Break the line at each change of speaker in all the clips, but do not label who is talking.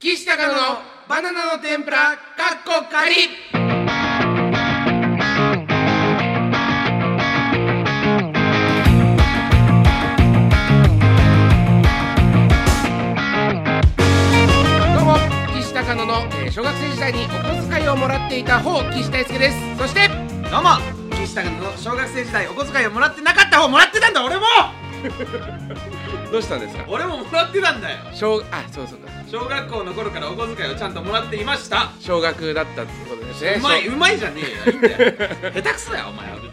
岸高のバナナの天ぷらかっこかりどうも岸高野の、えー小学生時代にお小遣いをもらっていた方岸大輔ですそして
どうも岸田の小学生時代お小遣いをもらってなかった方もらってたんだ俺も
どうしたんですか
俺ももらってたんだよ
小あそうそうだ
小学校の頃からお小遣いをちゃんともらっていました
小学だったってことですね
うまい
そう
まいじゃねえよいいん だよ下手くそだよお前は別に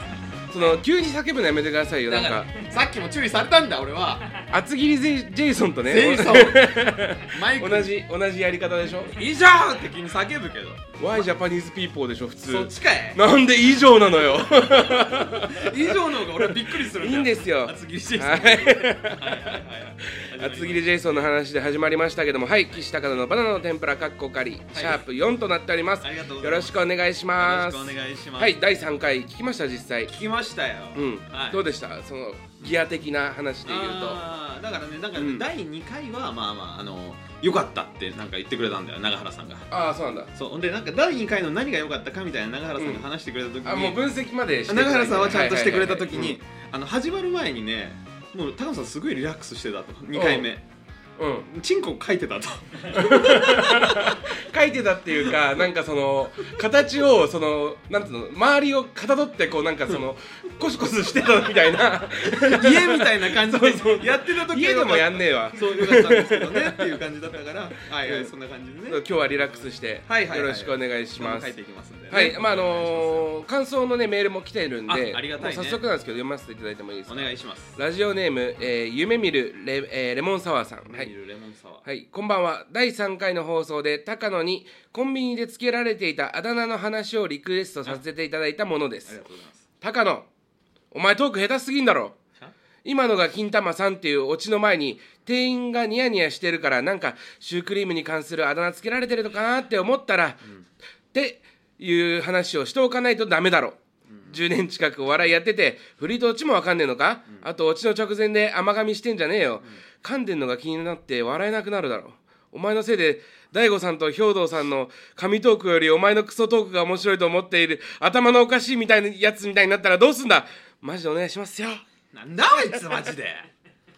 その急に叫ぶのやめてくださいよな
だ
ん
か
から
さっきも注意されたんだ俺は
厚切りジェイジェイソンとね
ジェイソンマイク
同じ同じやり方でしょ
以上って君叫ぶけど
Why Japanese people でしょ普
そっ
通
ちかい
なんで以上なのよ
以上の方が俺はびっくりする
いいんですよ
厚切りしてる
はい厚切り
り
ジェイソンの話で始まりましたけどもはい岸高田のバナナの天ぷらかっこかりシャープ4となっております
ありがとうござ
よ
いま
ろ
す
しくお願いします
よろしくお願いします
はい第3回聞きました実際
聞きましたよ
うん
はい
どうでしたそのギア的な話で言う
あーだからねだからね、
うん
第2回はまあまああの良かったってなんか言ってくれたんだよ長原さんが
とああそうなんだ
そうほんでなんか第2回の何が良かったかみたいな長原さんが話してくれた時に、
あもう分析までして
長原さんはちゃんとしてくれた時に、
はいはいはいはい
あの始まる前にねもう高野さんすごいリラックスしてたと2回目
うんうん
チンコ書い てたと
書いてたっていう かなんかその形をそのなんていうの周りをかたどってこうなんかそのコシコシしてたみたいな
家みたいな感じで
そうそう
やってた時は
家でもやんねえわ
そう良かったんですけどねっていう感じだったからはいはいそんな感じで
今
ね
日はリラックスして
はいはいはい
よろしくお願いします
書いていきますんでね、
はいまああ
お
のー感想のねメールも来ているんで
あありがたいね
もう早速なんですけど読ませていただいてもいいですか
願いします
ラジオネーム、えー夢見るレ,、えーレモンサワーさんはい
ビールレモンサワー
はい、こんばんは。第3回の放送で高野にコンビニで付けられていたあだ名の話をリクエストさせていただいたもので
あり
す
が。とうございます
高野、お前トーク下手すぎんだろ。今のが金玉さんっていうオチの前に店員がニヤニヤしてるからなんかシュークリームに関するあだ名つけられてるのかなって思ったら、っていう話をしておかないとダメだろ。10年近くお笑いやってて振りとオチもわかんねえのか、あとオチの直前で甘噛みしてんじゃねえよ、噛んでんのが気になって笑えなくなるだろお前のせいで大悟さんと兵藤さんの神トークよりお前のクソトークが面白いと思っている頭のおかしいみたいなやつみたいになったらどうすんだマジでお願いしますよ
なんだあいつマジで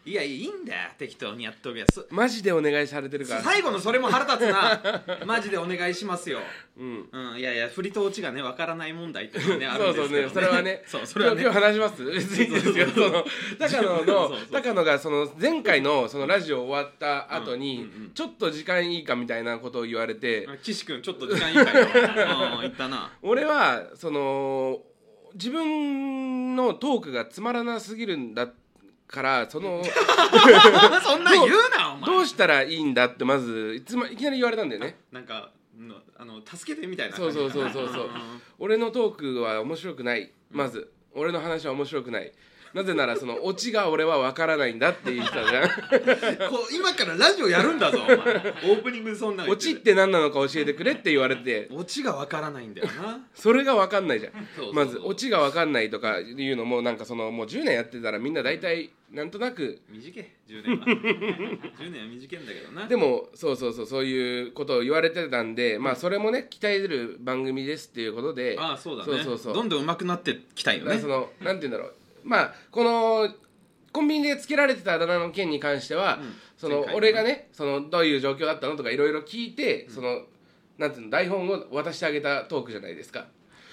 いやいいんだよ適当にやっとけそ
マジでお願いされてるから
最後のそれも腹立つなマジでお願いしますよ
うん
うんいやいや振りと落ちがねわからない問題っていうのはねあ
そ
る
うん
で
そう
すけど
ねそれはね
そうそれはね
今日今日話します別にいいですよそ の高野の
そうそう
高野がその前回のそのラジオ終わった後に
うんうんうん
ちょっと時間いいかみたいなことを言われて
岸君ちょっと時間いいかようん言った な
俺はその自分のトークがつまらなすぎるんだからその
そんなん言うなお前
どうしたらいいんだってまずいつもいきなり言われたんだよね
なんかのあの助けてみたいな
そうそうそうそうそう俺のトークは面白くないまず俺の話は面白くないなぜならその オチが俺は分からないんだって言ってたじゃ ん
こう今からラジオやるんだぞお前オープニングでそんなの言
オチって何なのか教えてくれって言われて
オチがわからないんだよな
それが分かんないじゃん
そうそう
まずオチが分かんないとかいうのもなんかそのもう10年やってたらみんな大体なんとなく
短い10年は10年は短いんだけどな
でもそうそうそうそういうことを言われてたんでまあそれもね鍛える番組ですっていうことで
ああそうだね
そうそうそう
どんどん上手くなってきたいよ
だから
ね
そのなんて言うんだろうまあこのコンビニでつけられてたあだ名の件に関しては、
うん
その
前回のね
俺がねそのどういう状況だったのとかいろいろ聞いて、そのなんていうの台本を渡してあげたトークじゃないですか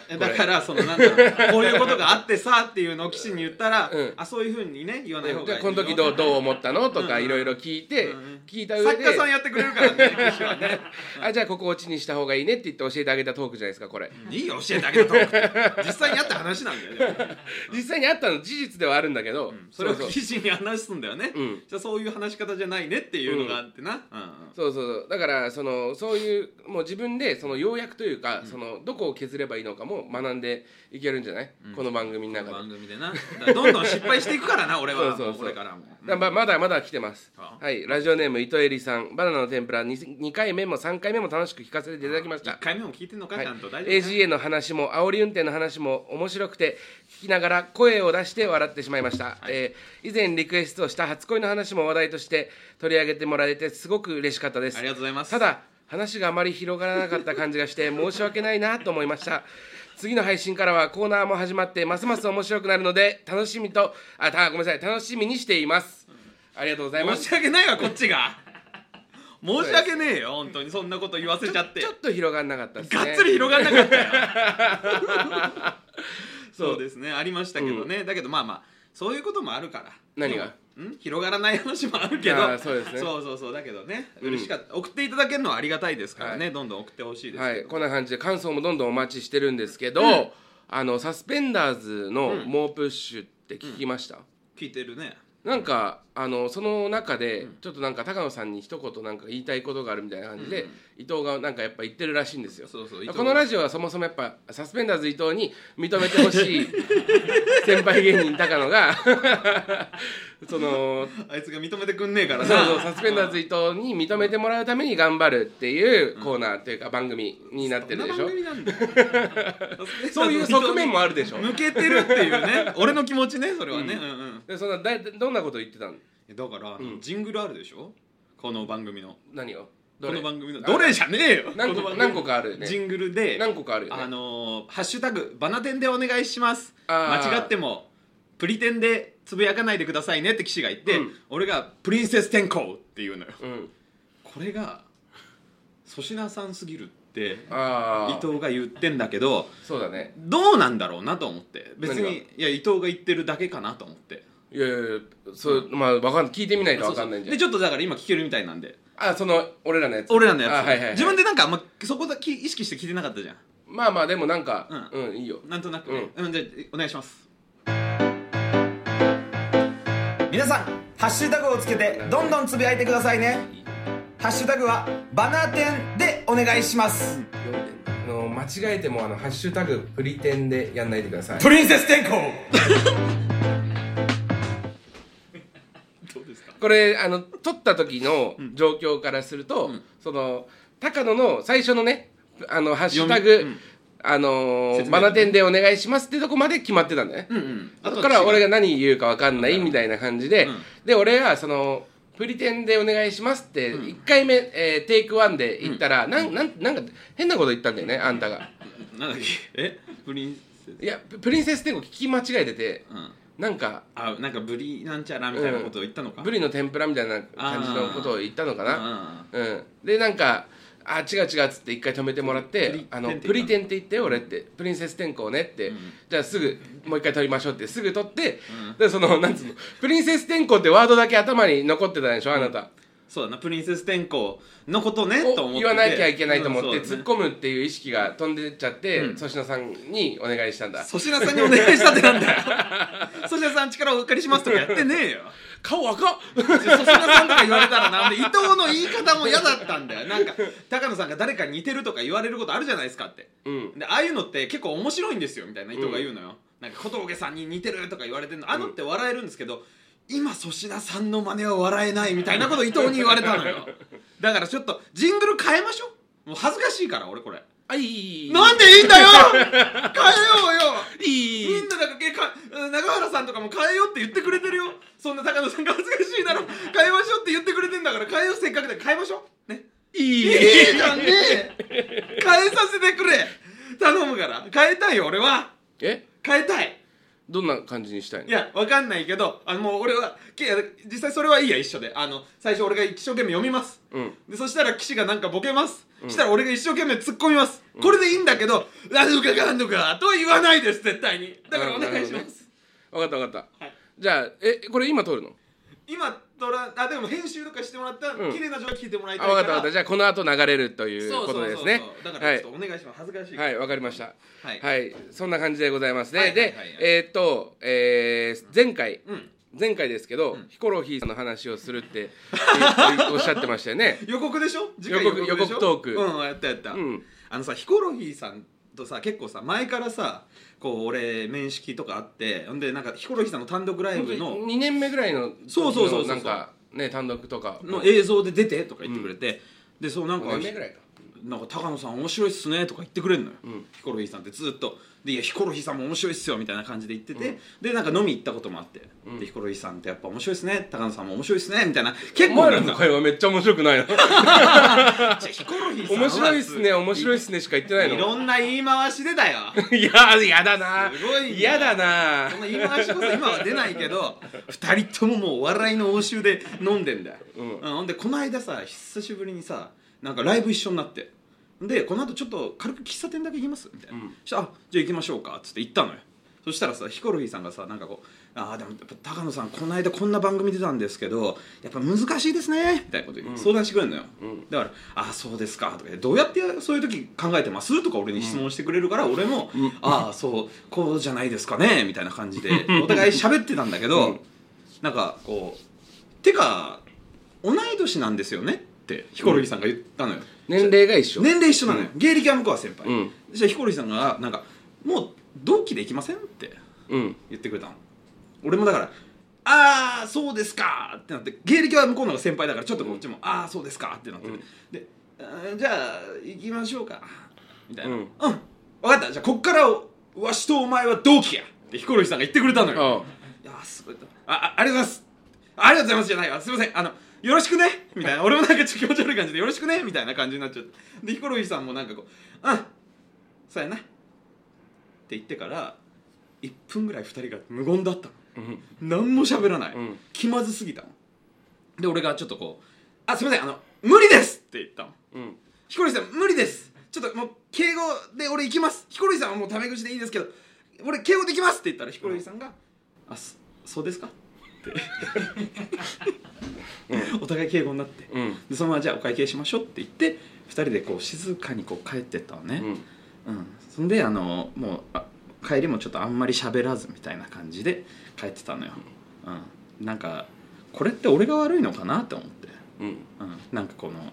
えだからそのなんだろうこういうことがあってさっていうのを騎士に言ったら、
うん
あそういうふうにね言わない方がいい
で
よ
この時どうどう思ったのとか
うん
いろいろ聞いて、
うんうん
聞いた上
作
で
家さんやってくれるからね騎士はね
あじゃあここオチにした方がいいねって言って教えてあげたトークじゃないですかこれ、
いいよ教えてあげたと思って実際にあった話なんだ よね、
実際にあったの事実ではあるんだけど、
それを
そうそう
騎士に話すんだよね、
うん
じゃあそういう話し方じゃないねっていうのがあってな、うんうん
そうそうそうだからそのそういうもう自分でその要約というか、そのどこを削ればいいのかもも学んでいけるんじゃない、この番組の中で
番組でなだからどんどん失敗していくからな俺
そうそ
は
うそう
もこれからもうん
だままだまだ来てます
あ
はいラジオネーム糸えりさんバナナの天ぷら 2, 回目も3回目も楽しく聞かせていただきました
一回目も聞いてんのか、
はい
ちゃんと大丈夫か
AGA の話も煽り運転の話も面白くて聞きながら声を出して笑ってしまいました、えー以前リクエストした初恋の話も話題として取り上げてもらえてすごく嬉しかったです
ありがとうございます
ただ話があまり広がらなかった感じがして 申し訳ないなと思いました次の配信からはコーナーも始まってますます面白くなるので楽しみとあたごめんなさい楽しみにしていますありがとうございま
申
す
し訳ないわこっちが申し訳ねえよ本当にそんなこと言わせちゃって
ちょっと広がんなかったですね
がっつり広がんなかったよ
そう
そうですねありましたけどね、だけどまあまあそういうこともあるから
何が
ん広がらない話もあるけ
あ
ど
ーそうですね
そうそうそうだけどね嬉しかった、送っていただけるのはありがたいですからね、どんどん送ってほしいです
は
け
い、
ど、
こんな感じで感想もどんどんお待ちしてるんですけど、あのサスペンダーズの「猛プッシュ」って聞きました、
聞いてるね
なんかあのその中で、ちょっとなんか高野さんに一言なんか言いたいことがあるみたいな感じで、伊藤がなんかやっぱ言ってるらしいんですよ
そうそう伊藤
このラジオはそもそもやっぱサスペンダーズ伊藤に認めてほし い先輩芸人高野がその
あいつが認めてくんねえからな
そうそうサスペンダーズ伊藤に認めてもらうために頑張るっていうコーナーっていうか番組になってるでしょ、
そんな番組なんだよ
そういう側面もあるでしょ
抜けてるっていう ね俺の気持ちねそれはね、うんうん
でそんなだいどんなこと言ってたの
いやだから、あのジングルあるでしょこの番組の
何をど
こ
れ
の番組の
あ
どれじゃねえよ
何個
この番組
何個かあるよね
ジングルで
何個かあるよね
あのーハッシュタグバナテンでお願いします
あー
間違ってもプリテンでつぶやかないでくださいねって騎士が言って、
うん
俺がプリンセス天候っていうのよ
うん
これが粗品さんすぎるって伊
ああ
藤が言ってんだけど
そうだね
どうなんだろうなと思って別
何
にいや伊藤が言ってるだけかなと思って
いやいやいやそうまあわかんない聞いてみないとわかんないんじゃ
で
ん
ちょっとだから今聞けるみたいなんで
あその俺らのやつ
俺らのやつ、
あはいはいはい
自分でなんかあんまそこだけ意識して聞いてなかったじゃん
まあまあでもなんかうん、いいよ
なんとなく、
うん
うん、じゃあお願いします
皆さんハッシュタグをつけてどんどんつぶやいてくださいねハッシュタグはバナー店でお願いします
読んであの間違えてもあのハッシュタグプリテンでやんないでください
プリンセス天候
どうですか
これあの撮った時の状況からすると、その高野の最初のねあのハッシュタグ、
読みうん
あの
説
ー、
明
マ
文ね
ナテンでお願いしますってとこまで決まってたんだね、
うんうん
そこから俺
が
が何言うか分かんないみたいな感じで、
うん
で俺はその「プリテンでお願いします」って1回目、えーテイクワンで言ったら、なんなんなんか変なこと言ったんだよねあんたが
なんだっけえプリンセス
いやププリンセス天国聞き間違えてて
うん
なんか
あなんかブリなんちゃらみたいなことを言ったのか、
ブリの天ぷらみたいな感じのことを言ったのか
う
なん
うん
うん、でなんか「あ違う違う」っつって一回止めてもらって「
プリ
あの
テンって言ったの
プリテンって言って俺」って「プリンセス天候ね」って、じゃあすぐもう一回撮りましょうってすぐ撮って、でそのなんつうのプリンセス天候ってワードだけ頭に残ってたでしょあなた、
そうだなプリンセス天候のことねと思
を
って
言わなきゃいけないと思って、
うんそう
突っ
だね
込むっていう意識が飛んでっちゃって、粗品さんにお願いしたんだ
粗品さんにお願いしたってなんだよ粗品さん力をお借りしますとかやってねえよ
顔赤っ
粗品さんとか言われたらなんで伊藤の言い方も嫌だったんだよなんか高野さんが誰かに似てるとか言われることあるじゃないですかって、
うん
でああいうのって結構面白いんですよみたいな伊藤が言うのよ、なんか小峠さんに似てるとか言われてるのあのって笑えるんですけど、今粗品さんの真似は笑えないみたいなことを伊藤に言われた のよだからちょっとジングル変えましょうもう恥ずかしいから俺これ
あいいいい
なんでいいんだ よ変えようよ
いいいい
みんななんかけか長原さんとかも変えようって言ってくれてるよそんな高野さんが恥ずかしいなら変えましょうって言ってくれてんだから変えようせっかくで変えましょうね
いい
い
いい
いじゃんねえ変えさせてくれ頼むから変えたいよ俺は
え
変えたい
どんな感じにしたいの
いやわかんないけどあのもう俺はけ実際それはいいや一緒であの最初俺が一生懸命読みます
うん
でそしたら岸がなんかボケます、したら俺が一生懸命突っ込みます、これでいいんだけど「なんとかかんとか」とは言わないです絶対にだからお願いし
なるほど
ま
ね
す
分かった分かった、
はい
じゃあえこれ今撮るの
今ドラあでも編集とかしてもらったら、
うん
綺麗な状態聞いてもらいた
あ
いか
分か
ら
った分かったじゃあこの後流れるという
そう
こ
そう
と
そう
で
そ
す
う
ね
だか
は
ら
い
ちょっとお願いします恥ずかしいから
はいわかりましたは、
はいい
そんな感じでございますね、
はい
で、
はいはいはい
えーっと、えー前回、
うん
前回ですけど、ヒコロヒーさんの話をするって おっしゃってましたよね
予告でしょ次回
予告
でしょ
予告トーク
うんやったやった、
うん
あのさヒコロヒーさんとさ結構さ前からさこう俺面識とかあってほんでなんかヒコロヒーさんの単独ライブの
2年目ぐらいの
そうそうそうそう
なんかね単独とか
の映像で出てとか言ってくれて、でそうなんか
5年目ぐらいか
なんか高野さん面白いっすねとか言ってくれるのよ、
ん
ヒコロヒーさんってずっとでいやヒコロヒーさんも面白いっすよみたいな感じで言ってて、でなんか飲み行ったこともあって、でヒコロヒーさんってやっぱ面白いっすね高野さんも面白いっすねみたいな結
お
構
前
な
ら
ん
の
か
会話めっちゃ面白く ないの
じゃあヒコロヒーさんは
面白いっすね面白いっすねしか言ってない
い
の
ろんな言い回しでだよ
いや やだな
すごいな
嫌だな
そんな言い回しこそ今は出ないけど2人とももうお笑いの応酬で飲んでんだよ、
うん
うんほんでこの間さ久しぶりにさなんかライブ一緒になってでこの後ちょっと軽く喫茶店だけ行きますみたいな、
うん
そしたらあじゃあ行きましょうかっつって行ったのよそしたらさヒコロヒーさんがさなんかこう「ああでもやっぱ高野さんこの間こんな番組出たんですけどやっぱ難しいですね」みたいなこと言って相談してくれるのよ、
ん
だから「ああそうですか」とか言って「どうやってそういう時考えてます?」とか俺に質問してくれるから俺も「ああそうこうじゃないですかね」みたいな感じで お互い喋ってたんだけど、なんかこう「てか同い年なんですよね」ってヒコロヒーさんが言ったのよ、
年齢が一緒
年齢一緒なのよ、芸歴は向こうは先輩、
うん
そしたらヒコロヒーさんがなんか「もう同期で行きません?」って
うん
言ってくれたの俺もだから「ああそうですか」ってなって芸歴は向こうの方が先輩だからちょっとこっちも「ああそうですか」ってなって、
うん
であー「じゃあ行きましょうか」みたいな「
う
うんん、分かったじゃあこっからわしとお前は同期や」ってヒコロヒーさんが言ってくれたのよ、
あ
いやーすごいああありがとうございますありがとうございますじゃないわすいませんあのよろしくねみたいな俺もなんかちょっと気持ち悪い感じでよろしくねみたいな感じになっちゃってでヒコロヒーさんもなんかこう「うんそうやな」って言ってから1分ぐらい2人が無言だったの
うん
何も喋らない、
うん
気まずすぎたので俺がちょっとこう「あすいませんあの無理です!」って言ったの
うん
ヒコロヒーさん無理ですちょっともう敬語で俺行きますヒコロヒーさんはもうタメ口でいいですけど俺敬語で行きますって言ったらヒコロヒーさんが「あそそうですか?」って、 お互い敬語になって、
うん
でそのままじゃあお会計しましょうって言って2人でこう静かにこう帰ってったのね、
うん
うん、そんであのもうあ帰りもちょっとあんまり喋らずみたいな感じで帰ってたのよ、うん、なんかこれって俺が悪いのかなって思って、
うん
うん、なんかこの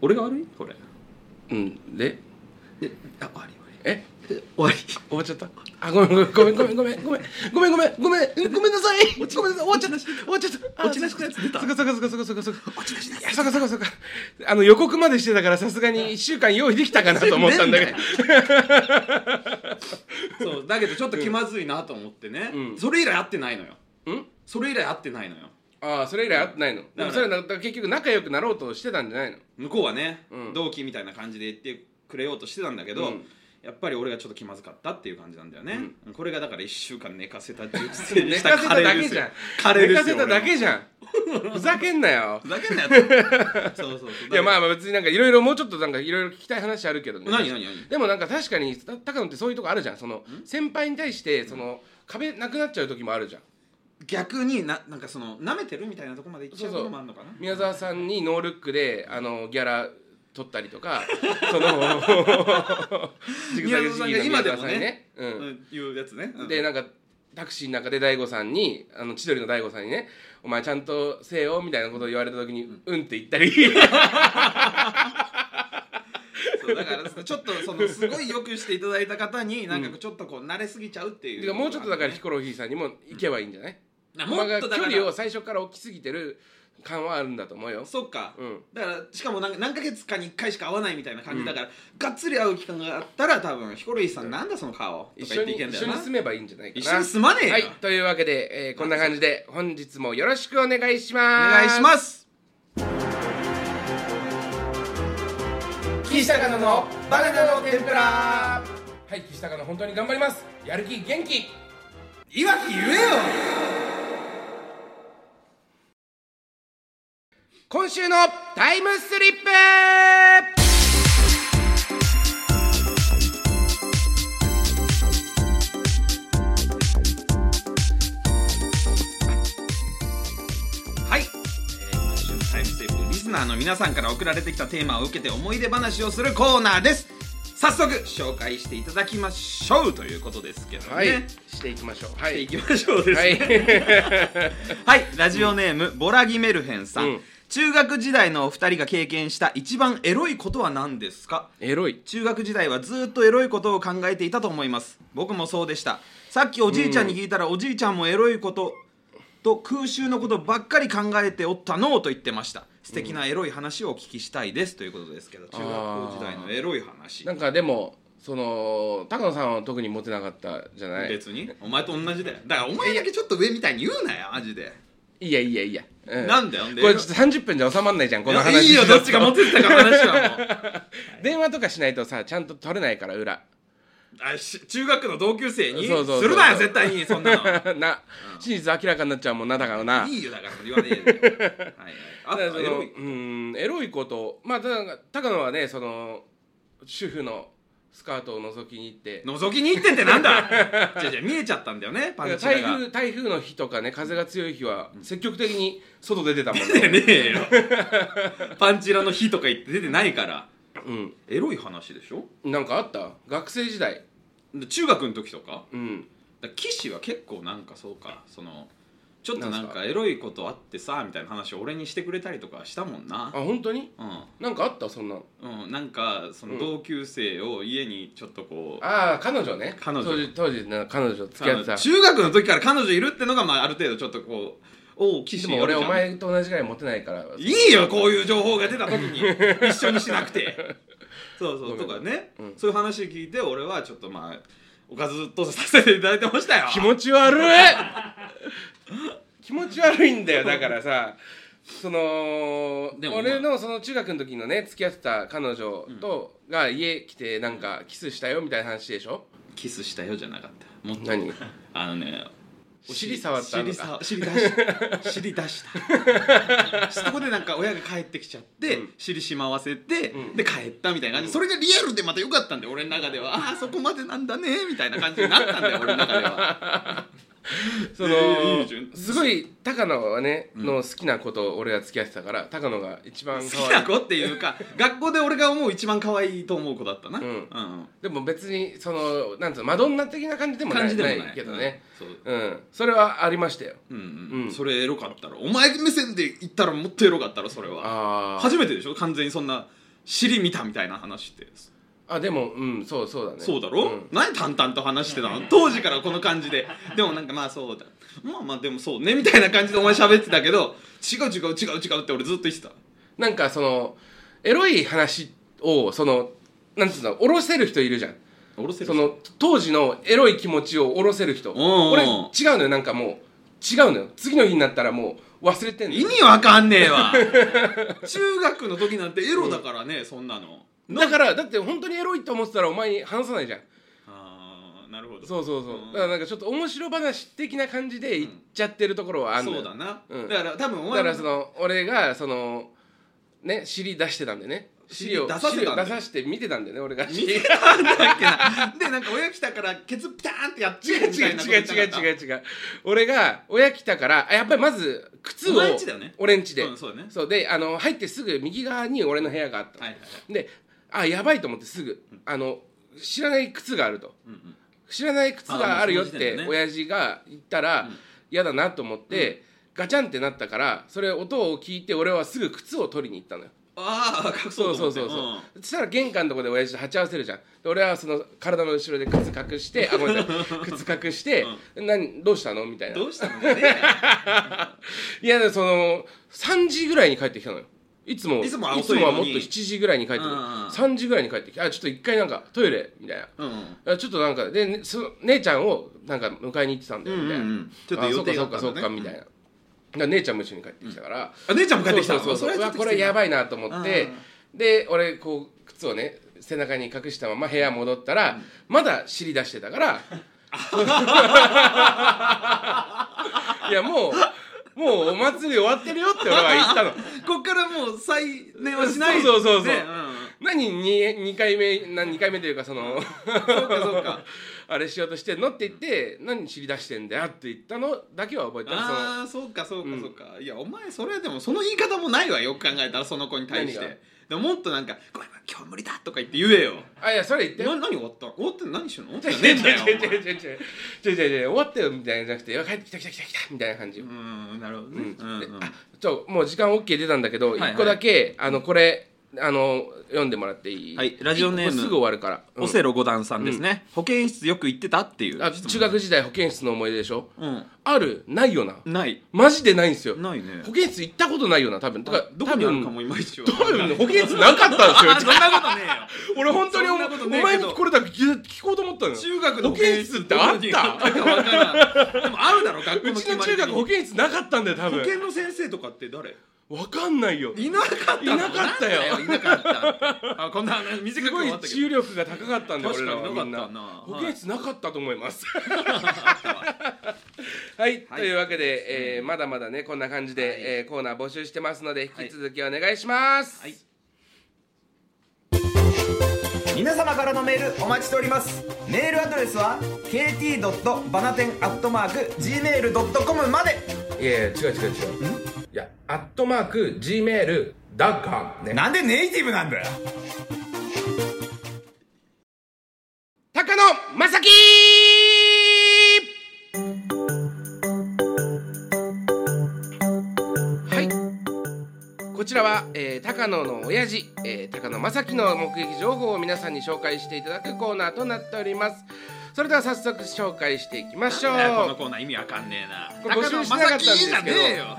俺が悪いこれ
うんで
であ終わり
え
終わり
終わっちゃったあごめんごめんごめんごめんごめんごめんごめんごめんごめんごめんなさいごめんなさい終わっちゃった終わっちゃった
落ちなしのやつ出た
そかそかそかそかそかそか落ちなしそかそかそかあの予告までしてたからさすがに1週間用意できたかなと思ったんだけ ど
そうだけどちょっと気まずいなと思ってね、
うん
それ以来会ってないのよ
ん
それ以来会ってないのよ
ああそれ以来会ってないのでもそれはだから結局仲良くなろうとしてたんじゃないの
向こうはね、
うん
同期みたいな感じで言ってくれようとしてたんだけど、
うん
やっぱり俺がちょっと気まずかったっていう感じなんだよね、これがだから1週間寝かせた 熟成
寝
した
かせ
カ
た
レ
だ
ー
け
です
じ
よ
ゃん
カレー
寝
で
か
す
せ
よ
ただけ
じ
じゃんふざけんなよ
ふざけんなよそうそうそう
いやまあ
あ
まあ別になんかいろいろもうちょっとなんかいろいろ聞きたい話あるけどね
何何何
でもなんか確かにた高野ってそういうとこあるじゃんその先輩に対してその壁なくなっちゃう時もあるじゃん
逆にななんかその舐めてるみたいなとこまで行っちゃう
そうそう
こともあるのかな
宮沢さんにノールックであのギャラ取ったりと かそのジグザグジギーの
宮沢さんが今で
宮沢
もね
さんにう
うんんいうやつね、うん
でなんかタクシーの中で大悟さんにあの千鳥の大悟さんにね「お前ちゃんとせえよ」みたいなことを言われた時に「うん」って言ったり
そうだからちょっとそのすごいよくしていただいた方になんかちょっとこう慣れすぎちゃうっていう、
てかもうちょっとだからヒコロヒーさんにも行けばいいんじゃない、
あ
お
も
前が
っと
距
だから
離を最初から置きすぎてる感はあるんだと思うよ
そっか、
うん
だからしかもなんか何ヶ月かに1回しか会わないみたいな感じだから、がっつり会う期間があったら多分ヒコロヒーさんなんだその顔と
一
か
緒
言って
に
いけん
一
だよ
緒
な
に住めばいいんじゃないかな
一緒に住まねえよ
はいというわけで、えーこんな感じで本日もよろしくお願いします
お願いします
岸高野のバナナの天ぷら
はい岸高野本当に頑張りますやる気元気
いわき言えよ
今週のタイムスリップ
はい、えー毎週タイムステップリスナーの皆さんから送られてきたテーマを受けて思い出話をするコーナーです早速紹介していただきましょうということですけどね、
はい、
し
していきましょうは
てい
い
きましょうですね、
はい
はい、ラジオネーム、ボラギメルヘンさん、
うん
中学時代のお二人が経験した一番エロいことは何ですか
エロい
中学時代はずっとエロいことを考えていたと思います僕もそうでしたさっきおじいちゃんに聞いたら、おじいちゃんもエロいことと空襲のことばっかり考えておったのうと言ってました素敵なエロい話をお聞きしたいです、ということですけど中学校時代のエロい話
なんかでもその高野さんは特にモテなかったじゃない
別にお前と同じだよだからお前だけちょっと上みたいに言うなよマジで
いやいやいや、う
なんだよなんだ
こ
よ
れちょっと30分じゃ収まんないじゃんこの
いや
話
いいよどっちがモテてたか話はもう
電話とかしないとさちゃんと取れないから裏
あし中学の同級生に
そうそうそうそう
するなよ絶対にそんな
な、真実明らかになっちゃうもんなだからな
のいいよだから言わねえよはい
た
はい
だ
あ
その
とエロい
うんエロいことまあただ高野はねその主婦のスカートを覗きに行って
覗きに行ってんってな んだ違う違う見えちゃったんだよねパンチラ
台
が
風台風の日とかね風が強い日は積極的に外出てたもん
出て
ね、
ねえよ パンチラの日とか言って出てないから
う
エロい話でしょ
ん、なんかあった学生時代
で中学の時とか
うん
だ岸は結構なんかそうかそのちょっと
な
なんん
すか
かエロいことあってさみたいな話を俺にしてくれたりとかしたもん
あ
な
本当に
うん
なんかあったそんなの
うん、なんかその同級生を家にちょっとこう、
ああ彼女ね
彼女
当時当時な彼女付き合ってた
中学の時から彼女いるってのが、まあ、ある程度ちょっとこうお
で
う岸
も俺
や
お
るじゃん
前と同じぐらいモテないから
いいよこういう情報が出た時 に一緒にしなくてそうそうとかね、
うん
そういう話聞いて俺はちょっとまあおかずとさせていただいてましたよ
気持ち悪い気持ち悪いんだよだからさその
でもまあ
俺のその中学の時のね付き合ってた彼女と、が家来てなんかキスしたよみたいな話でしょ
キスしたよじゃなかったもっと
何
あのね
お尻触ったの
尻
か
さ尻出 した尻出したそこでなんか親が帰ってきちゃって、尻しまわせて、
うん
で帰ったみたいな感じ、それがリアルでまた良かったんで俺の中ではああそこまでなんだねみたいな感じになったんだよ俺の中では
その、
えーいいじゃん
すごい高野はね、の好きなことを俺が付き合ってたから高野が一番
好
可
き
愛
ない子っていうか学校で俺が思う一番可愛いと思う子だったな、
うん
うん
でも別にそのなんつうのマドンナ的な感じでもない
感じでもない
ないけどね、
うんそう
うんそれはありましたよ
うん
う
うんん、それエロかったろお前目線で言ったらもっとエロかったろそれは
あー
初めてでしょ完全にそんな尻見たみたいな話って
あでもうんそうそうだね
そうだろ、
ん
何淡々と話してたの当時からこの感じででもなんかまあそうだまあまあでもそうねみたいな感じでお前喋ってたけど違う違う違う違うって俺ずっと言ってた
なんかそのエロい話をそのなんつうの下ろせる人いるじゃん
おろせる
その当時のエロい気持ちを下ろせる人
んうん
俺違うのよなんかもう違うのよ次の日になったらもう忘れてんの
意味わかんねえわ中学の時なんてエロだからね、そんなの
だからだって本当にエロいと思ってたらお前に話さないじゃん
あーなるほど
そうそうそう、
ん
だからなんかちょっと面白話的な感じで言っちゃってるところはあるの
そ
よ
うだな、
うん
だから多分お
だ
前
か
も
らその俺がそのね尻出してたんでね
尻
尻を
出させたんだよ
尻を出させて見てたんだよね俺が
見てたんだっけなでなんか親来たからケツピターンってやっち
違
ゃ
う違う違う違う違
う
う違う俺が親来たからあやっぱりまず靴を
お前んちだよね
俺んちで、
うんそうだね
そうであの入ってすぐ右側に俺の部屋があった、
はいはい
であやばいと思ってすぐ、あの知らない靴があると
うんうん
知らない靴があるよっ
あもうその時
て
点でね
親父が言ったら嫌だなと思って、ガチャンってなったからそれ音を聞いて俺はすぐ靴を取りに行ったのよ
ああ隠
そ
そうう
そ
と思
うそうそう、
って
そしたら玄関のとこで親父と鉢合わせるじゃんで俺はその体の後ろで靴隠してあごめんなさ い靴隠して、何どうしたのみたい
ん
な
どうしたんだよね
いやでその3時ぐらいに帰ってきたのよいつも
いつもは遅
つ
い
もはも
の
っ
に
と7時ぐらいに帰ってくる
うんうんうん
3時ぐらいに帰ってきてあちょっと一回なんかトイレみたいな
うんうん
あちょっとなんかで、ね、その姉ちゃんをなんか迎えに行ってたんだよみたいな、
うんうんうんちょっと予定
あ
が
そ
あ
う
っ
か
たん
そうかそうかみ
だね
たいな、だから姉ちゃんも一緒に帰ってきたから、
あ姉ちゃんも帰ってきた
そうそうそう
れ
う
は
わ
ちょっと
これやばいなと思って
うん
で俺こう靴をね背中に隠したまま部屋戻ったら、まだ尻出してたから いやもうもうお祭り終わってるよって俺は言ったの
こっからもう再燃はしない
そうそうそうそう
ね
何に 2, 回目な2回目というかその
うんそうかそうか
あれしようとしてんのって言って何尻出してんだよって言ったのだけは覚えてるその
ああそうかそうかそうか、いやお前それでもその言い方もないわよく考えたらその子に対してでももっとなんか「ごめんごめん今日無理だ」とか言って言えよ
あいやそれ言って
な何終わった終わって何してんの終わ ってね
違
え
うん
だよお
違う違
前
う違う違う違う違う違う終わったよみたいなじゃなくていや帰ってきた来た来た来たみたいな感じ、
うーんなるほど
う
ね
ん
うんうん
あちょもう時間 OK 出たんだけど、
いはい
一個だけあのこれあの読んでもらっていい
はいラジオネーム
一個すぐ終わるから、うん
オセロ五段さんですね、保健室よく行ってたっていう
あ
質問
中学時代保健室の思い出でしょ
うん
あるないよな
ない
マジでないんですよ
ないね
保健室行ったことないよな多分とか
どこにあるか
多分
もいまいちわ
多
かんない
分保健室なかったんですよう
あ
ち
そんなことね
俺本当に
そ
お
んなことね
お
えけど
前にこれだけ聞聞こうと思ったのよ
えよ中学の
保健室ってあった
保健室どこにあったかわからんでもあるだろ学
う
校の
ちの
決ま
中
り的
学
に
保健室なかったんだよ多
保
分
健の先生とかって誰
わかんないよ
いなかったの
いなかったよ
なんだいなかった あこんな短
す
く
ご
終
い
わったけ
治癒力が高かったんで
確
俺
からに
は
な
み
か
ん
っ
な
たなはい
保健室なかったと思いますはい、
はい
というわけで、えーまだまだねこんな感じで、
はい
えーコーナー募集してますので引き続きお願いします、
はい
皆様からのメールお待ちしておりますメールアドレスは kt.banaten.gmail.com まで
い、やいや違う違う違ういやアットマーク Gmail ダッカーね
なんでネイティブなんだよ
高野正樹はいこちらは、えー高野の親父、えー高野正樹の目撃情報を皆さんに紹介していただくコーナーとなっておりますそれでは早速紹介していきましょう
いやこのコーナー意味わかんねえ
こ
な
れ募集しなかったんですけど
高野正樹じゃねえよ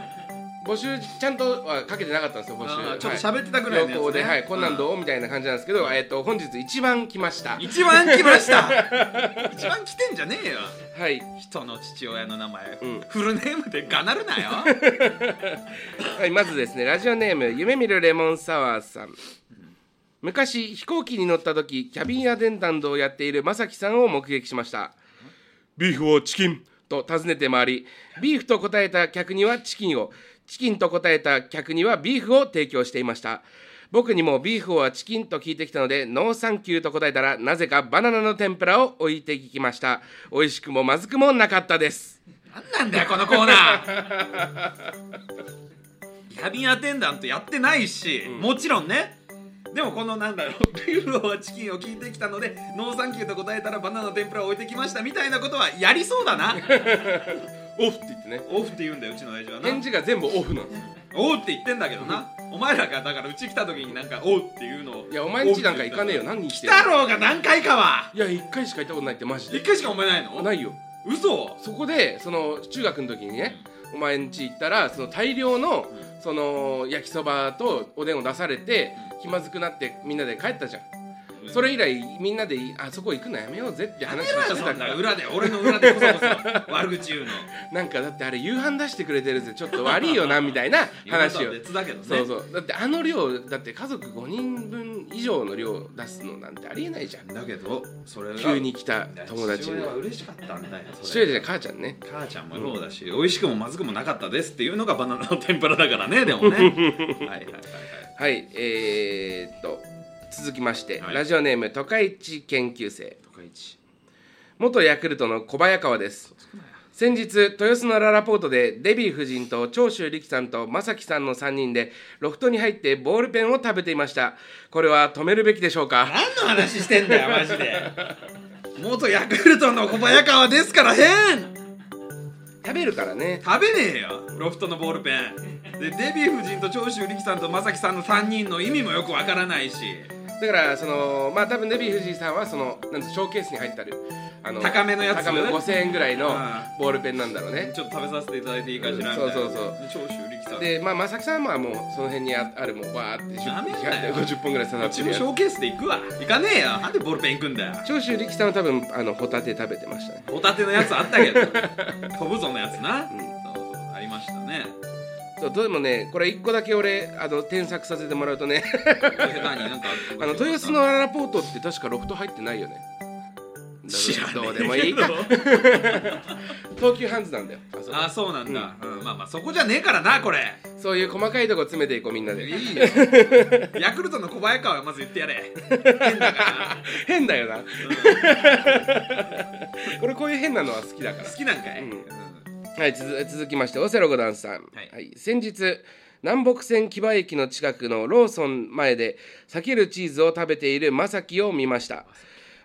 募集ちゃんとはかけてなかったんですよ募集
あーちょっと喋ってたぐらいのやつね
要項で、はい、こんなんどうみたいな感じなんですけど、えっと本日一番来ました
一番来ました 一番来てんじゃねえよ
はい
人の父親の名前、
うん
フルネームでがなるなよ
はい、まずですねラジオネーム夢見るレモンサワーさん昔飛行機に乗った時キャビンアテンダントをやっている正樹さんを目撃しましたビーフをチキンと尋ねて回りビーフと答えた客にはチキンをチキンと答えた客にはビーフを提供していました僕にもビーフはチキンと聞いてきたのでノーサンキューと答えたらなぜかバナナの天ぷらを置いてきました美味しくもまずくもなかったです
何なんだよこのコーナーキャビンアテンダントやってないし、もちろんねでもこのなんだろうビーフはチキンを聞いてきたのでノーサンキューと答えたらバナナの天ぷらを置いてきましたみたいなことはやりそう だな
オフって言ってね
オフって言うんだようちの親父はな
返事が全部オフなんですよ
おうって言ってんだけどな、お前らがだからうち来た時になんかおうっていうのを
いやお前んちなんか行かねえよ何人来
来
てんの
たろうが何回かはい
や一回しか行ったことないってマジ
一
で
回しかお前ないの
ないよ
嘘
そこでその中学の時にねお前ん家行ったらその大量のその焼きそばとおでんを出されて気まずくなってみんなで帰ったじゃんそれ以来みんなであそこ行くのやめようぜって話をして
そ
たか
んな
ら
裏で俺の裏でこそこそ悪口言うの
なんかだってあれ夕飯出してくれてるぜちょっと悪いよ なみたいな話
言うこと
を
は別だけどね
そうそうだってあの量だって家族5人分以上の量出すのなんてありえないじゃん
だけどそれが
急に来た友達
父
に
親は嬉しかったんだよそ
父
れ
親じゃない母ちゃんね
母ちゃんもそうだし、美味しくもまずくもなかったですっていうのがバナナの天ぷらだからねで もねはいはいはいはい
はい、えー、っと続きまして、
はい
ラジオネーム都会一研究生
とか一
元ヤクルトの小早川です先日豊洲のララポートでデヴィ夫人と長州力さんと正樹さんの3人でロフトに入ってボールペンを食べていましたこれは止めるべきでしょうか
何の話してんだよマジで元ヤクルトの小早川ですから変
食べるからね
食べねえよロフトのボールペンでデヴィ夫人と長州力さんと正樹さんの3人の意味もよくわからないし
だからそのまあ多分デヴィ夫人さんはそのなんてショーケースに入ってあるあの
高めのやつ
高めの5000円ぐらいの
あ
ボールペンなんだろうね
ちょっと食べさせていただいていいかしらみたいな、
うんそうそうそう
で長州力さん
でまあ正樹さんはもうその辺にああるもうわーって
なめんなよ
50本ぐらい刺さ
う
って
ち
る
も
や
シ
つ
ョーケースで行くわ行かねえよなんでボールペン行くん だよ
長州力さんは多分あのホタテ食べてましたね
ホタテのやつあったけど飛ぶぞのやつな、そうそうありました ね
そうどうでもねこれ一個だけ俺あの添削させてもらうと ね
え何なんか
あの豊洲のララポートって確かロフト入ってないよねだ
知らねえけ
どうでもいいか東急ハンズなんだよあそこ
あそうなんだ、うんまあまあそこじゃねえからなこれ
そういう細かいとこ詰めていこうみんないで
いよヤクルトの小早川はまず言ってやれ変だから
変だよな 俺こういう変なのは好きだから
好きなんかい、
うん
うん
はい、つづ続きましてオセロゴダンさん、
はい
先日南北線木場駅の近くのローソン前で避けるチーズを食べている正樹を見ました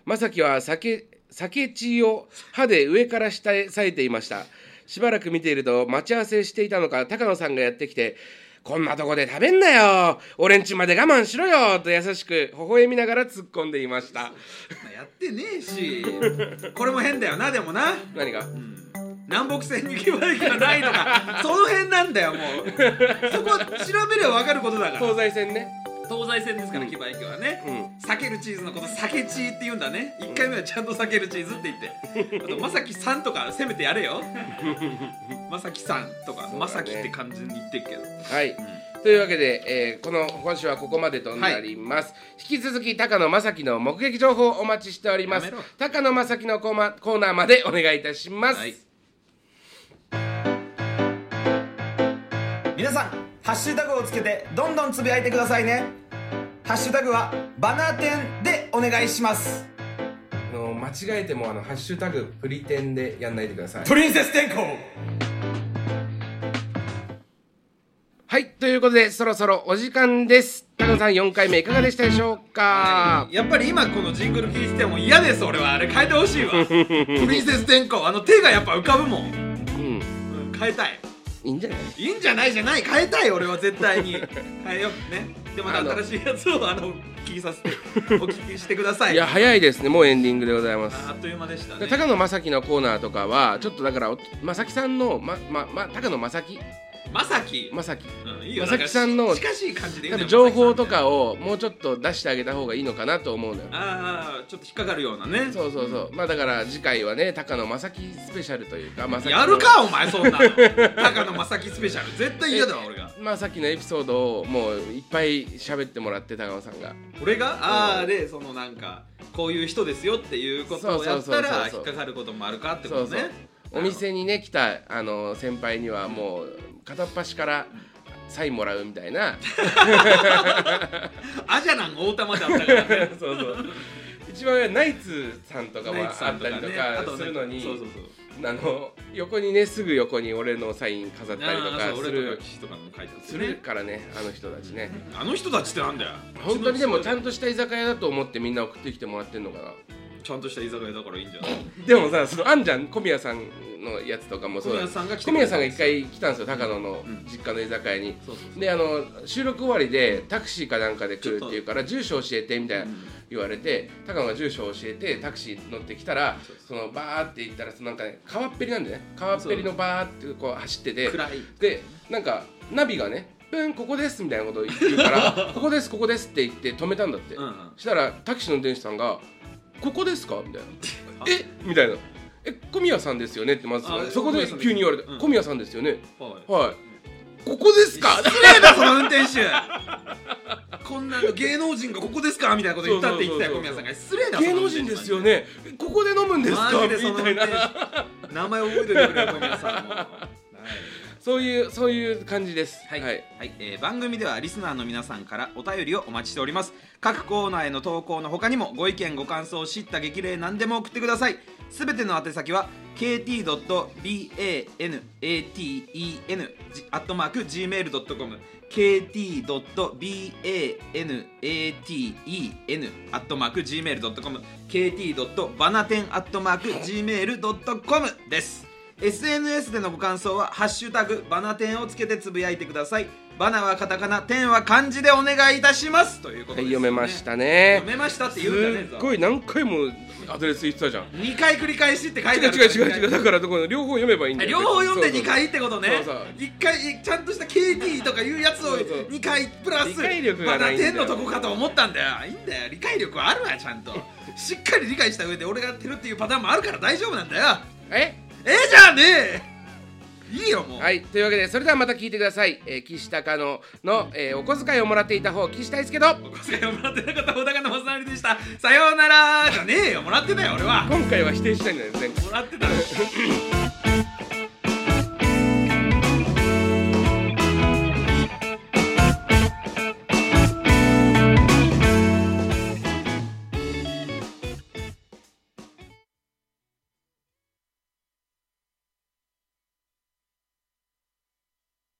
正樹は酒酒血を歯で上から下へ裂いていましたしばらく見ていると待ち合わせしていたのか高野さんがやってきて「こんなとこで食べんなよ俺んちまで我慢しろよ」と優しく微笑みながら突っ込んでいました
やってねえしこれも変だよなでもな
何が
南北線に行けばいいかないのかその辺なんだよもうそこは調べれば分かることだから
東西線ね
東西線ですから木場駅はね、避けるチーズのこと避けチーって言うんだね1回目はちゃんと避けるチーズって言 ってあとまさきさんとかせめてやれよまさきさんとか、
ね
まさきって感じに言ってるけど
はい、というわけで、えーこの今週はここまでとなります、引き続き高野正樹の目撃情報をお待ちしております
やめろ
高野正樹のコーマコーナーまでお願いいたします、
はい
皆さんハッシュタグをつけてどんどんつぶやいてくださいねハッシュタグはバナー店でお願いします
あの間違えてもあのハッシュタグプリテンでやんないでください
プリンセス天候
はいということでそろそろお時間です高野さん4回目いかがでしたでしょうか、
やっぱり今このジングル聞いてても嫌です俺はあれ変えてほ しいわプリンセス天候あの手がやっぱ浮かぶもん、
う
うん
ん
変えたい
いいんじゃない
いいんじゃないじゃない変えたい俺は絶対に変えようねでまた新しいやつをあの聞きさ せてお聞きしてください
いや早いですねもうエンディングでございます
あっという間でした
で
ね
高野正樹のコーナーとかはちょっとだからお正樹さんのままま高野正樹
まさき、
正樹
うんいいよ
まさきさんの
なんか近しい感じで言
な
うんの
か情
よ
報と
まさきさん
かをもうちょっと出してあげた方がいいのかなと思うのよ
みたいなああちょっと引っかかるようなね
そうそうそうまあだから次回はね高野正樹スペシャルというか正樹の
やるかお前そんなの高野まさきスペシャル絶対嫌だわ俺が
正樹のエピソードをもういっぱい喋ってもらって高野さんが
俺がああでそのなんかこういう人ですよっていうことをやったら引っかかることもあるかってこ
そ
と
う
ね
そうお店にね来たあの先輩にはもう片っ端からサインもらうみたい な
アジャナン大玉だっ たからね
そうそう一番上はナイツさんとかもあ
ナイ
っ
ツさ
た
ん
り
とかね
と
あ
か
とね
するのに
そうそうそう
あの横にねすぐ横に俺のサイン飾ったりと
あー
か
そう
す
俺と
る
か岸とかも書いてある
するからねあの人たちね
あの人たちってなんだよ
本当にでもちゃ
と
んとした居酒屋だと思ってみんな送ってきてもらってんのかな
ちゃんとした居酒屋だからいいんじゃない
でもさそのあんじゃん小宮さんのやつとかもそうだ
小宮さんが来て
小宮さんが一回来たんですよ高野の実家の居酒屋に、
そうそうそう
であの収録終わりでタクシーかなんかで来るっていうから住所教えてみたいな言われて、高野が住所を教えてタクシー乗ってきたらそのバーって行ったらそのなんかね川っぺりなんだよね川っぺりのバーってこう走ってて
暗い
でなんかナビがね「うんここです」みたいなことを言う から「ここですここです」って言って止めたんだって、
うんうん
したらタクシーの運転手さんが「ここですか?」みたいな「えみたいな「え小宮さんですよね?」ってまず
あ
そこで急に言われて
う
「
ん
小宮さんですよね?」
はい
はい「ここですか?」
失礼だその運 転手こんなの芸能人がここですかみたいなこと言ったって言ってたよ
そ
小
うそうそうそう
宮さんが失礼だ
芸能人ですよねえここで飲むん
そ
です
の運
か
転手マジでその
み
運
たい
転
な
手名前覚えててくれよ小宮さんも
そういうそういう感じです
はい、はいえー番組ではリスナーの皆さんからお便りをお待ちしております各コーナーへの投稿の他にもご意見ご感想を知った激励何でも送ってくださいすべての宛先は kt.banaten.gmail.com kt.banaten.gmail.com kt.banaten.gmail.com です SNS でのご感想は「ハッシュタグバナテン」をつけてつぶやいてくださいバナはカタカナ、テンは漢字でお願いいたしますということ
はい
です、ね
読めましたね
読めましたって
す
言うんじゃねえ
っ
ぞ
ごい何回もアドレス言ってたじゃん
2回繰り返しって書いて
違
あ
う
る
違う違う違うだからこの両方読めばいいんだよ
両方読んで2
そうそう
回ってことね
そうそう
一回ちゃんとした KT とかいうやつを
そうそう
2回プラス
理解力がないんだよ
まだ天のとこかと思ったんだよいいんだよ理解力はあるわちゃんとしっかり理解した上で俺がやってるっていうパターンもあるから大丈夫なんだよ
え
ええじゃあねえいいよもう、
はいというわけでそれではまた聞いてください、えー、岸高野の、えーお小遣いをもらっていた方岸大輔と
お小遣いをもらってなかった小高の正成でしたさようならじゃねえよもらってたよ俺は
今回は否定したいんだよ前回
もらってた